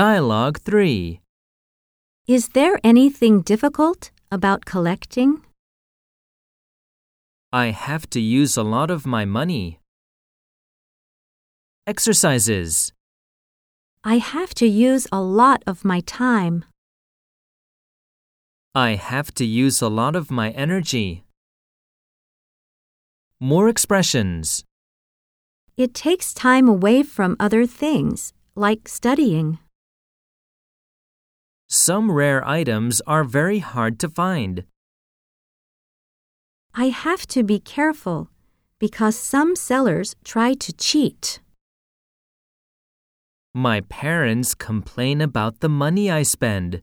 Dialogue 3. Is there anything difficult about collecting? I have to use a lot of my money. Exercises. I have to use a lot of my time. I have to use a lot of my energy. More expressions. It takes time away from other things, like studying. Some rare items are very hard to find. I have to be careful because some sellers try to cheat. My parents complain about the money I spend.